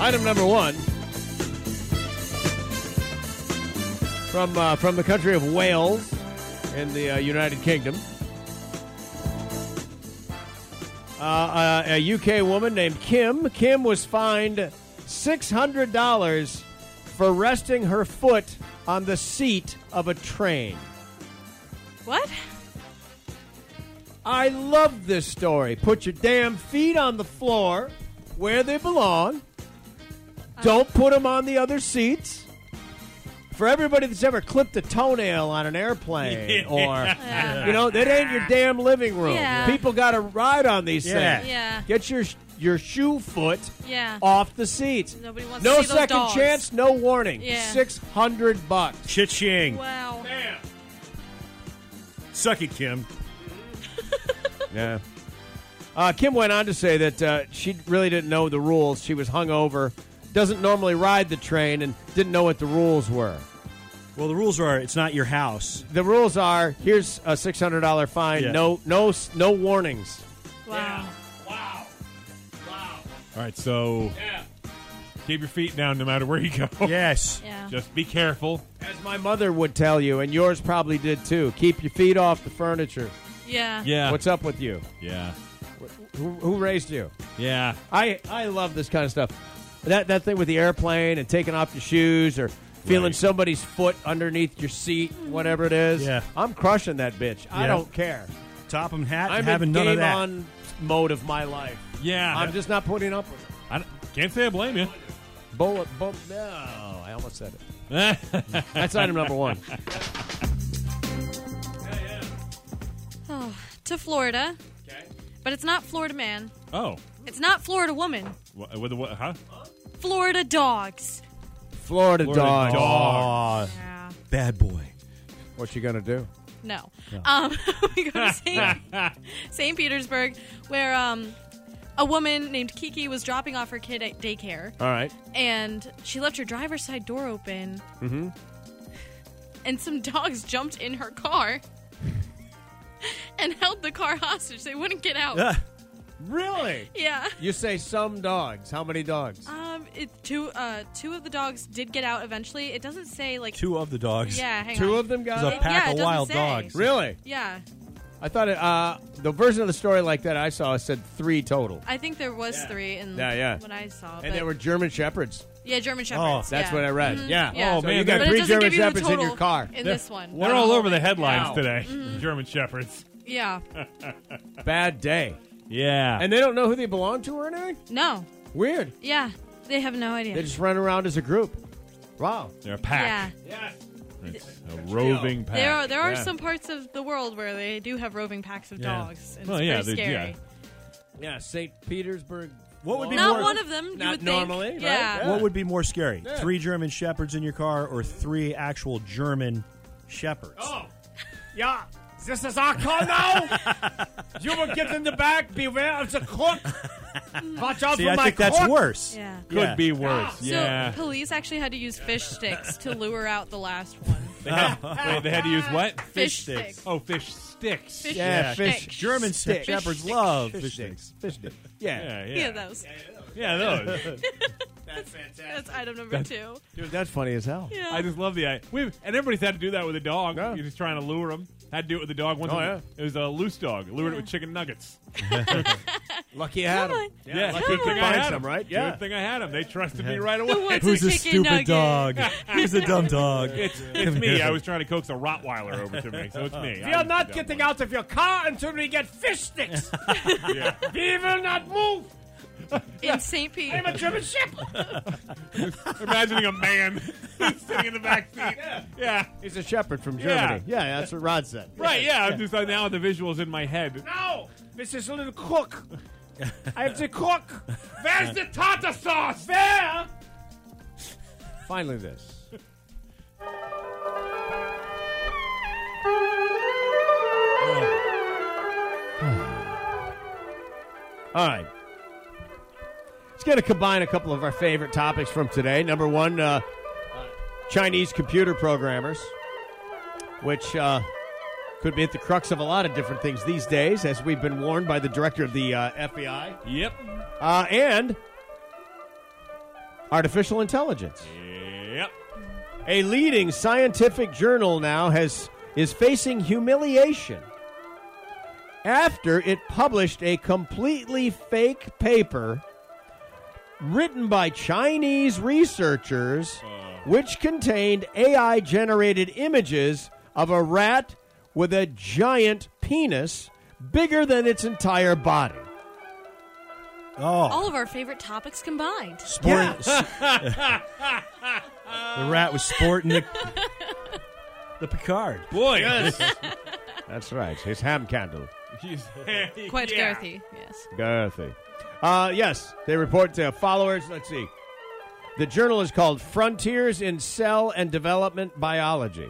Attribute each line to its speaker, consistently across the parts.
Speaker 1: Item number one from uh, from the country of Wales in the uh, United Kingdom. Uh, a, a UK woman named Kim. Kim was fined six hundred dollars for resting her foot on the seat of a train.
Speaker 2: What?
Speaker 1: I love this story. Put your damn feet on the floor where they belong. Don't put them on the other seats. For everybody that's ever clipped a toenail on an airplane or, you know, that ain't your damn living room.
Speaker 2: Yeah.
Speaker 1: People got to ride on these
Speaker 3: Yeah.
Speaker 1: things.
Speaker 2: Yeah.
Speaker 1: Get your your shoe foot
Speaker 2: Yeah.
Speaker 1: off the seats.
Speaker 2: Nobody wants
Speaker 1: no
Speaker 2: to see those
Speaker 1: second
Speaker 2: dogs.
Speaker 1: chance, no warning.
Speaker 2: Yeah.
Speaker 1: 600 bucks.
Speaker 3: Cha-ching.
Speaker 2: Wow.
Speaker 3: Suck it, Kim.
Speaker 1: Yeah. Uh, Kim went on to say that uh, she really didn't know the rules. She was hungover, doesn't normally ride the train, and didn't know what the rules were.
Speaker 3: Well, the rules are it's not your house.
Speaker 1: The rules are: here's a six hundred dollar fine.
Speaker 3: Yeah.
Speaker 1: No, no, s- no warnings.
Speaker 2: Wow.
Speaker 4: All right, so keep your feet down no matter where you go.
Speaker 3: Yes.
Speaker 2: Yeah.
Speaker 4: Just be careful.
Speaker 1: As my mother would tell you, and yours probably did too. Keep your feet off the furniture.
Speaker 2: Yeah.
Speaker 4: Yeah.
Speaker 1: What's up with you?
Speaker 4: yeah.
Speaker 1: Who, who raised you?
Speaker 4: Yeah.
Speaker 1: I I love this kind of stuff. That that thing with the airplane and taking off your shoes or feeling
Speaker 4: Right.
Speaker 1: somebody's foot underneath your seat, whatever it is.
Speaker 3: Yeah.
Speaker 1: I'm crushing that bitch. I
Speaker 3: Yeah.
Speaker 1: don't care.
Speaker 3: Top 'em hat.
Speaker 1: I'm
Speaker 3: having
Speaker 1: in
Speaker 3: none
Speaker 1: game
Speaker 3: of that.
Speaker 1: on mode of my life.
Speaker 4: Yeah.
Speaker 1: I'm just not putting up with it.
Speaker 4: I don't- can't say I blame you.
Speaker 1: Bullet, bullet. No, I almost said it. That's item number one.
Speaker 2: Oh, To Florida. But it's not Florida man.
Speaker 4: oh.
Speaker 2: It's not Florida woman.
Speaker 4: What, what, what, huh?
Speaker 2: Florida dogs.
Speaker 1: Florida,
Speaker 4: Florida
Speaker 1: dog.
Speaker 4: dog.
Speaker 2: Yeah.
Speaker 3: Bad boy.
Speaker 1: What you gonna do?
Speaker 2: No. Um, we go to St. St. Petersburg, where um, a woman named Kiki was dropping off her kid at daycare,
Speaker 1: All right.
Speaker 2: and she left her driver's side door open. Mm-hmm. And some dogs jumped in her car and held the car hostage. They wouldn't get out.
Speaker 1: Really?
Speaker 2: yeah.
Speaker 1: You say some dogs. How many dogs?
Speaker 2: Um, it, two uh, two of the dogs did get out eventually. It doesn't say like
Speaker 3: Two of the dogs.
Speaker 2: Yeah, hang
Speaker 1: Two
Speaker 2: on.
Speaker 1: of them got
Speaker 3: There's a
Speaker 1: it?
Speaker 3: pack
Speaker 2: yeah, it
Speaker 3: of
Speaker 2: doesn't
Speaker 3: wild
Speaker 2: say.
Speaker 3: dogs.
Speaker 1: Really?
Speaker 2: Yeah,
Speaker 1: I thought it, uh, the version of the story like that I saw said three total,
Speaker 2: I think there was three in
Speaker 1: Yeah, yeah.
Speaker 2: what I saw.
Speaker 1: and
Speaker 2: but-
Speaker 1: they were German shepherds.
Speaker 2: yeah German shepherds.
Speaker 1: That's
Speaker 2: yeah.
Speaker 1: what I read.
Speaker 2: Mhm,
Speaker 1: Oh. Yeah.
Speaker 2: yeah.
Speaker 4: Oh,
Speaker 1: So
Speaker 4: man,
Speaker 1: you
Speaker 4: that-
Speaker 1: got
Speaker 2: But it
Speaker 1: three
Speaker 2: doesn't
Speaker 1: German
Speaker 2: give you the
Speaker 1: shepherds in your
Speaker 2: total
Speaker 1: car.
Speaker 2: In this one,
Speaker 4: We're all over the headlines
Speaker 1: Ow.
Speaker 4: today.
Speaker 2: Mm-hmm.
Speaker 4: German Shepherds.
Speaker 2: Yeah,
Speaker 1: Bad day.
Speaker 4: Yeah.
Speaker 1: And they don't know who they belong to or anything.
Speaker 2: no,
Speaker 1: Weird.
Speaker 2: yeah, they have no idea.
Speaker 1: They just run around as a group. Wow.
Speaker 4: They're a
Speaker 2: yeah,
Speaker 4: pack. It's a roving pack.
Speaker 2: there are there are
Speaker 4: Yeah.
Speaker 2: some parts of the world where they do have roving packs of
Speaker 3: Yeah.
Speaker 2: dogs. And
Speaker 4: Well,
Speaker 2: it's
Speaker 4: yeah,
Speaker 2: pretty
Speaker 4: they-
Speaker 2: scary.
Speaker 4: yeah.
Speaker 1: Yeah. St. Petersburg.
Speaker 3: What would be
Speaker 2: Not
Speaker 3: more-
Speaker 2: one of them. You
Speaker 1: Not
Speaker 2: would think.
Speaker 1: normally, right?
Speaker 2: Yeah.
Speaker 1: Yeah.
Speaker 3: What would be more scary?
Speaker 1: Yeah.
Speaker 3: Three German shepherds in your car or three actual German shepherds?
Speaker 4: Oh,
Speaker 1: Yeah. This is our car now. Oh, you will get in the back. Beware of the crook. Watch out
Speaker 3: See, I think that's worse.
Speaker 2: Yeah.
Speaker 4: Could
Speaker 3: Yeah.
Speaker 4: be worse.
Speaker 2: So
Speaker 4: Yeah.
Speaker 2: police actually had to use fish sticks to lure out the last one.
Speaker 4: they, had, wait, they had to use what?
Speaker 2: Ah, Fish
Speaker 3: sticks.
Speaker 2: sticks.
Speaker 4: Oh, fish sticks.
Speaker 2: Fish
Speaker 1: Yeah,
Speaker 2: sticks.
Speaker 1: fish-
Speaker 3: German
Speaker 1: Fish
Speaker 3: shepherds
Speaker 2: sticks.
Speaker 3: love
Speaker 1: Fish sticks. Fish sticks.
Speaker 4: Yeah,
Speaker 1: Yeah.
Speaker 4: yeah.
Speaker 2: Yeah, those.
Speaker 4: Yeah, those.
Speaker 1: That's fantastic.
Speaker 2: That's item number two.
Speaker 1: Dude, that's funny as hell.
Speaker 2: Yeah.
Speaker 4: I just love the idea. We've, and everybody's had to do that with a dog.
Speaker 1: Yeah.
Speaker 4: You're just trying to lure them. Had to do it with a dog once.
Speaker 1: Oh,
Speaker 4: it,
Speaker 1: yeah.
Speaker 4: was, it was a loose dog. Lured it with chicken nuggets.
Speaker 1: Lucky I had
Speaker 2: Come
Speaker 1: him.
Speaker 2: on.
Speaker 1: Yeah, lucky
Speaker 4: good
Speaker 1: you
Speaker 4: thing
Speaker 1: could
Speaker 4: I
Speaker 1: find
Speaker 4: had
Speaker 1: some,
Speaker 4: 'em.
Speaker 1: right? Yeah.
Speaker 4: Good thing I had them. They trusted me
Speaker 3: Yeah.
Speaker 4: right
Speaker 2: Who
Speaker 4: away.
Speaker 2: wants
Speaker 3: Who's a
Speaker 2: chicken
Speaker 3: stupid
Speaker 2: nugget?
Speaker 3: dog? Who's a dumb dog?
Speaker 4: It's, it's me. I was trying to coax a Rottweiler over to me, so it's me.
Speaker 1: We are not getting out of your car until we get fish sticks.
Speaker 4: Yeah.
Speaker 1: we will not move.
Speaker 2: In St. Pete.
Speaker 1: I'm a German shepherd.
Speaker 4: Imagining a man sitting in the back seat. Yeah.
Speaker 1: He's a shepherd from
Speaker 4: Germany.
Speaker 1: Yeah, that's what Rod said.
Speaker 4: Right. Yeah. I'm just like, now the visuals in my head.
Speaker 1: No, this is a little cook. I have to cook. Where's the tartar sauce? Where Finally, this. All right. Let's going to combine a couple of our favorite topics from today. Number one, uh, Chinese computer programmers, which uh, could be at the crux of a lot of different things these days, as we've been warned by the director of the uh, FBI.
Speaker 4: Yep.
Speaker 1: Uh, and artificial intelligence.
Speaker 4: Yep.
Speaker 1: A leading scientific journal now has is facing humiliation after it published a completely fake paper written by Chinese researchers
Speaker 4: Oh.
Speaker 1: which contained AI generated images of a rat with a giant penis bigger than its entire body.
Speaker 3: Oh,
Speaker 2: All of our favorite topics combined.
Speaker 3: sporting. the rat was sporting the, the Picard.
Speaker 4: Boy.
Speaker 1: That's right. His ham candle.
Speaker 4: He's-
Speaker 2: Quite
Speaker 4: yeah.
Speaker 2: girthy, yes.
Speaker 1: Garthy. Uh, yes, they report to followers. Let's see. The journal is called Frontiers in Cell and Development Biology.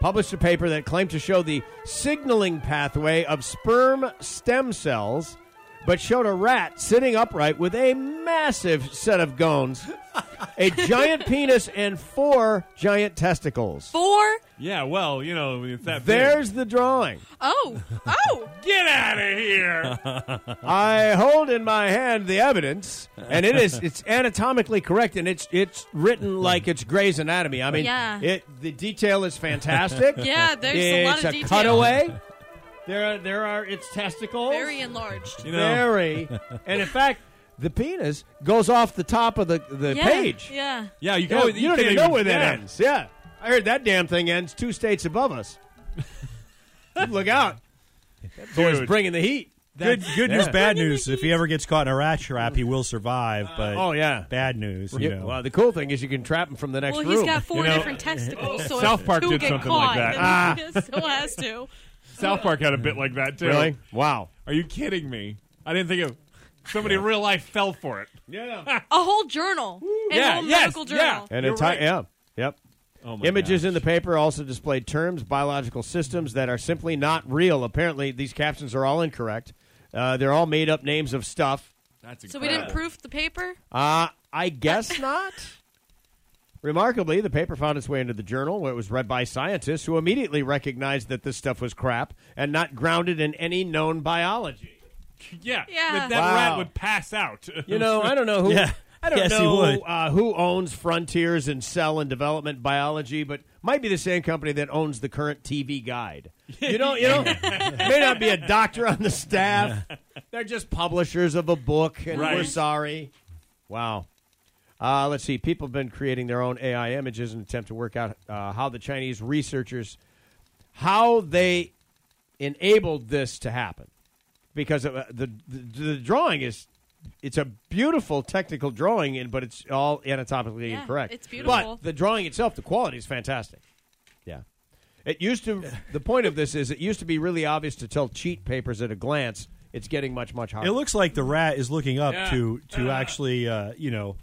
Speaker 1: Published a paper that claimed to show the signaling pathway of sperm stem cells, but showed a rat sitting upright with a massive set of gones, a giant penis, and four giant testicles.
Speaker 2: Four.
Speaker 4: Yeah, well, you know, it's that big.
Speaker 1: There's the drawing.
Speaker 2: Oh, oh.
Speaker 4: Get out of here.
Speaker 1: I hold in my hand the evidence, and it is it's anatomically correct, and it's it's written like it's Grey's Anatomy. I mean,
Speaker 2: Yeah.
Speaker 1: it the detail is fantastic.
Speaker 2: Yeah, there's a lot
Speaker 1: it's
Speaker 2: of
Speaker 1: a
Speaker 2: detail.
Speaker 1: cutaway. There are, there are its testicles,
Speaker 2: Very enlarged.
Speaker 4: You know,
Speaker 1: Very. and in fact, the penis goes off the top of the the
Speaker 2: yeah,
Speaker 1: page.
Speaker 2: Yeah.
Speaker 4: yeah,
Speaker 3: Oh,
Speaker 4: you,
Speaker 1: You,
Speaker 4: can't-
Speaker 1: don't- you don't
Speaker 4: can't
Speaker 1: even know where
Speaker 4: yeah.
Speaker 1: that ends. Yeah, I heard that damn thing ends two states above us. You Look out! That boy's
Speaker 4: Dude.
Speaker 1: bringing the heat.
Speaker 3: Good, good
Speaker 1: Yeah.
Speaker 3: news, bad news. If he ever gets caught in a rat trap, he will survive.
Speaker 4: Uh,
Speaker 3: But
Speaker 1: oh, yeah.
Speaker 3: bad news. You
Speaker 1: Yeah,
Speaker 3: know.
Speaker 1: Well, the cool thing is you can trap him from the next
Speaker 2: Well,
Speaker 1: room.
Speaker 2: he's got four
Speaker 4: You know, uh,
Speaker 2: different testicles, so
Speaker 4: South
Speaker 2: if
Speaker 4: Park
Speaker 2: two
Speaker 4: did
Speaker 2: get
Speaker 4: something like
Speaker 2: caught,
Speaker 4: that. Ah.
Speaker 2: then he still has to.
Speaker 4: South Park had a bit like that, too.
Speaker 1: Really? Wow.
Speaker 4: Are you kidding me? I didn't think of somebody in real life fell for it.
Speaker 1: Yeah.
Speaker 2: A whole journal, a
Speaker 4: Yeah,
Speaker 2: whole
Speaker 4: yes,
Speaker 2: medical
Speaker 4: yeah.
Speaker 2: journal.
Speaker 1: and
Speaker 4: You're
Speaker 1: entire
Speaker 4: right.
Speaker 1: yeah. Yep.
Speaker 4: Oh my
Speaker 1: Images in the paper also displayed terms, biological systems that are simply not real. Apparently, these captions are all incorrect. Uh, they're all made up names of stuff.
Speaker 4: That's
Speaker 2: So we
Speaker 4: incredible.
Speaker 2: didn't proof the paper.
Speaker 1: Uh, I guess not. Remarkably, the paper found its way into the journal where it was read by scientists who immediately recognized that this stuff was crap and not grounded in any known biology.
Speaker 4: Yeah.
Speaker 2: Yeah.
Speaker 4: That, that
Speaker 1: Wow.
Speaker 4: rat would pass out.
Speaker 1: You know, I don't know who.
Speaker 3: Yeah.
Speaker 1: I don't
Speaker 3: Yes, he
Speaker 1: know
Speaker 3: would.
Speaker 1: Uh, who owns Frontiers in Cell and Development Biology, but might be the same company that owns the current TV Guide. You know, you know, may not be a doctor on the staff. They're just publishers of a book, and we're
Speaker 4: Right.
Speaker 1: sorry. Wow. Uh, let's see. People have been creating their own AI images in an attempt to work out uh, how the Chinese researchers how they enabled this to happen because of, uh, the, the the drawing is it's a beautiful technical drawing and but it's all anatomically
Speaker 2: Yeah,
Speaker 1: incorrect
Speaker 2: it's beautiful.
Speaker 1: but the drawing itself the quality is fantastic yeah it used to the point of this is it used to be really obvious to tell cheat papers at a glance it's getting much much harder
Speaker 3: it looks like the rat is looking up
Speaker 4: Yeah. Ah.
Speaker 3: to to actually, uh, you know,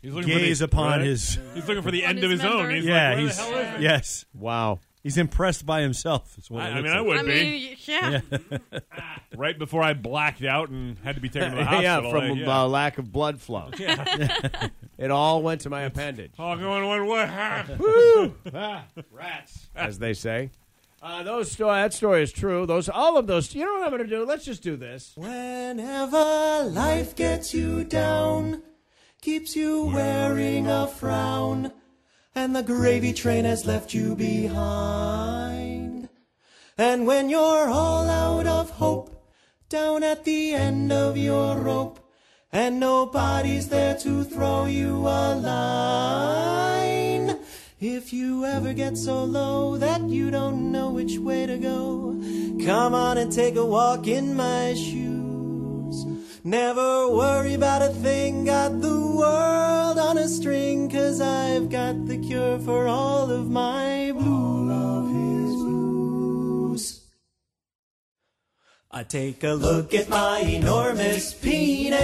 Speaker 4: He's looking
Speaker 3: gaze
Speaker 4: for the,
Speaker 3: upon
Speaker 4: right?
Speaker 3: his.
Speaker 4: He's looking for the
Speaker 2: On
Speaker 4: end
Speaker 2: his
Speaker 4: of his own.
Speaker 2: members.
Speaker 4: He's
Speaker 3: yeah,
Speaker 4: like, where
Speaker 3: he's
Speaker 4: the hell is it?
Speaker 3: yes,
Speaker 1: wow
Speaker 3: he's impressed by himself. is what
Speaker 4: I,
Speaker 3: it
Speaker 4: I
Speaker 3: looks
Speaker 4: mean, I
Speaker 3: like.
Speaker 4: would
Speaker 2: I
Speaker 4: be.
Speaker 2: mean, yeah.
Speaker 4: right before I blacked out and had to be taken to the hospital.
Speaker 1: yeah from
Speaker 4: like, yeah.
Speaker 1: Uh, lack of blood flow it all went to my appendage
Speaker 4: all going one way.
Speaker 1: rats, as they say. Uh, those sto- that story is true. Those all of those. You know what I'm going to do? Let's just do this.
Speaker 5: Whenever life gets you down, keeps you wearing a frown, and the gravy train has left you behind. And when you're all out of hope, down at the end of your rope, and nobody's there to throw you a line. If you ever get so low that you don't know which way to go, come on and take a walk in my shoes. Never worry about a thing, got the world on a string, cause I've got the cure for all of my blues. I take a look at my enormous penis,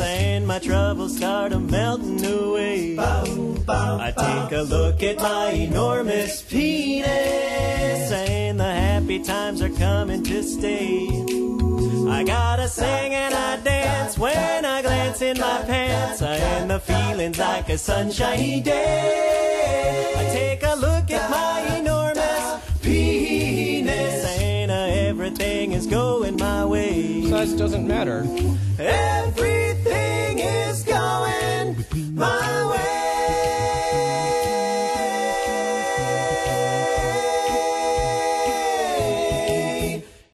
Speaker 5: and my troubles start a melting away. I take a look at my enormous penis, saying the happy times are coming to stay. I gotta sing and I dance when I glance in my pants, and the feeling's like a sunshiny day. I take a look at my enormous penis, and everything is going my way.
Speaker 6: Size doesn't matter.
Speaker 5: Everything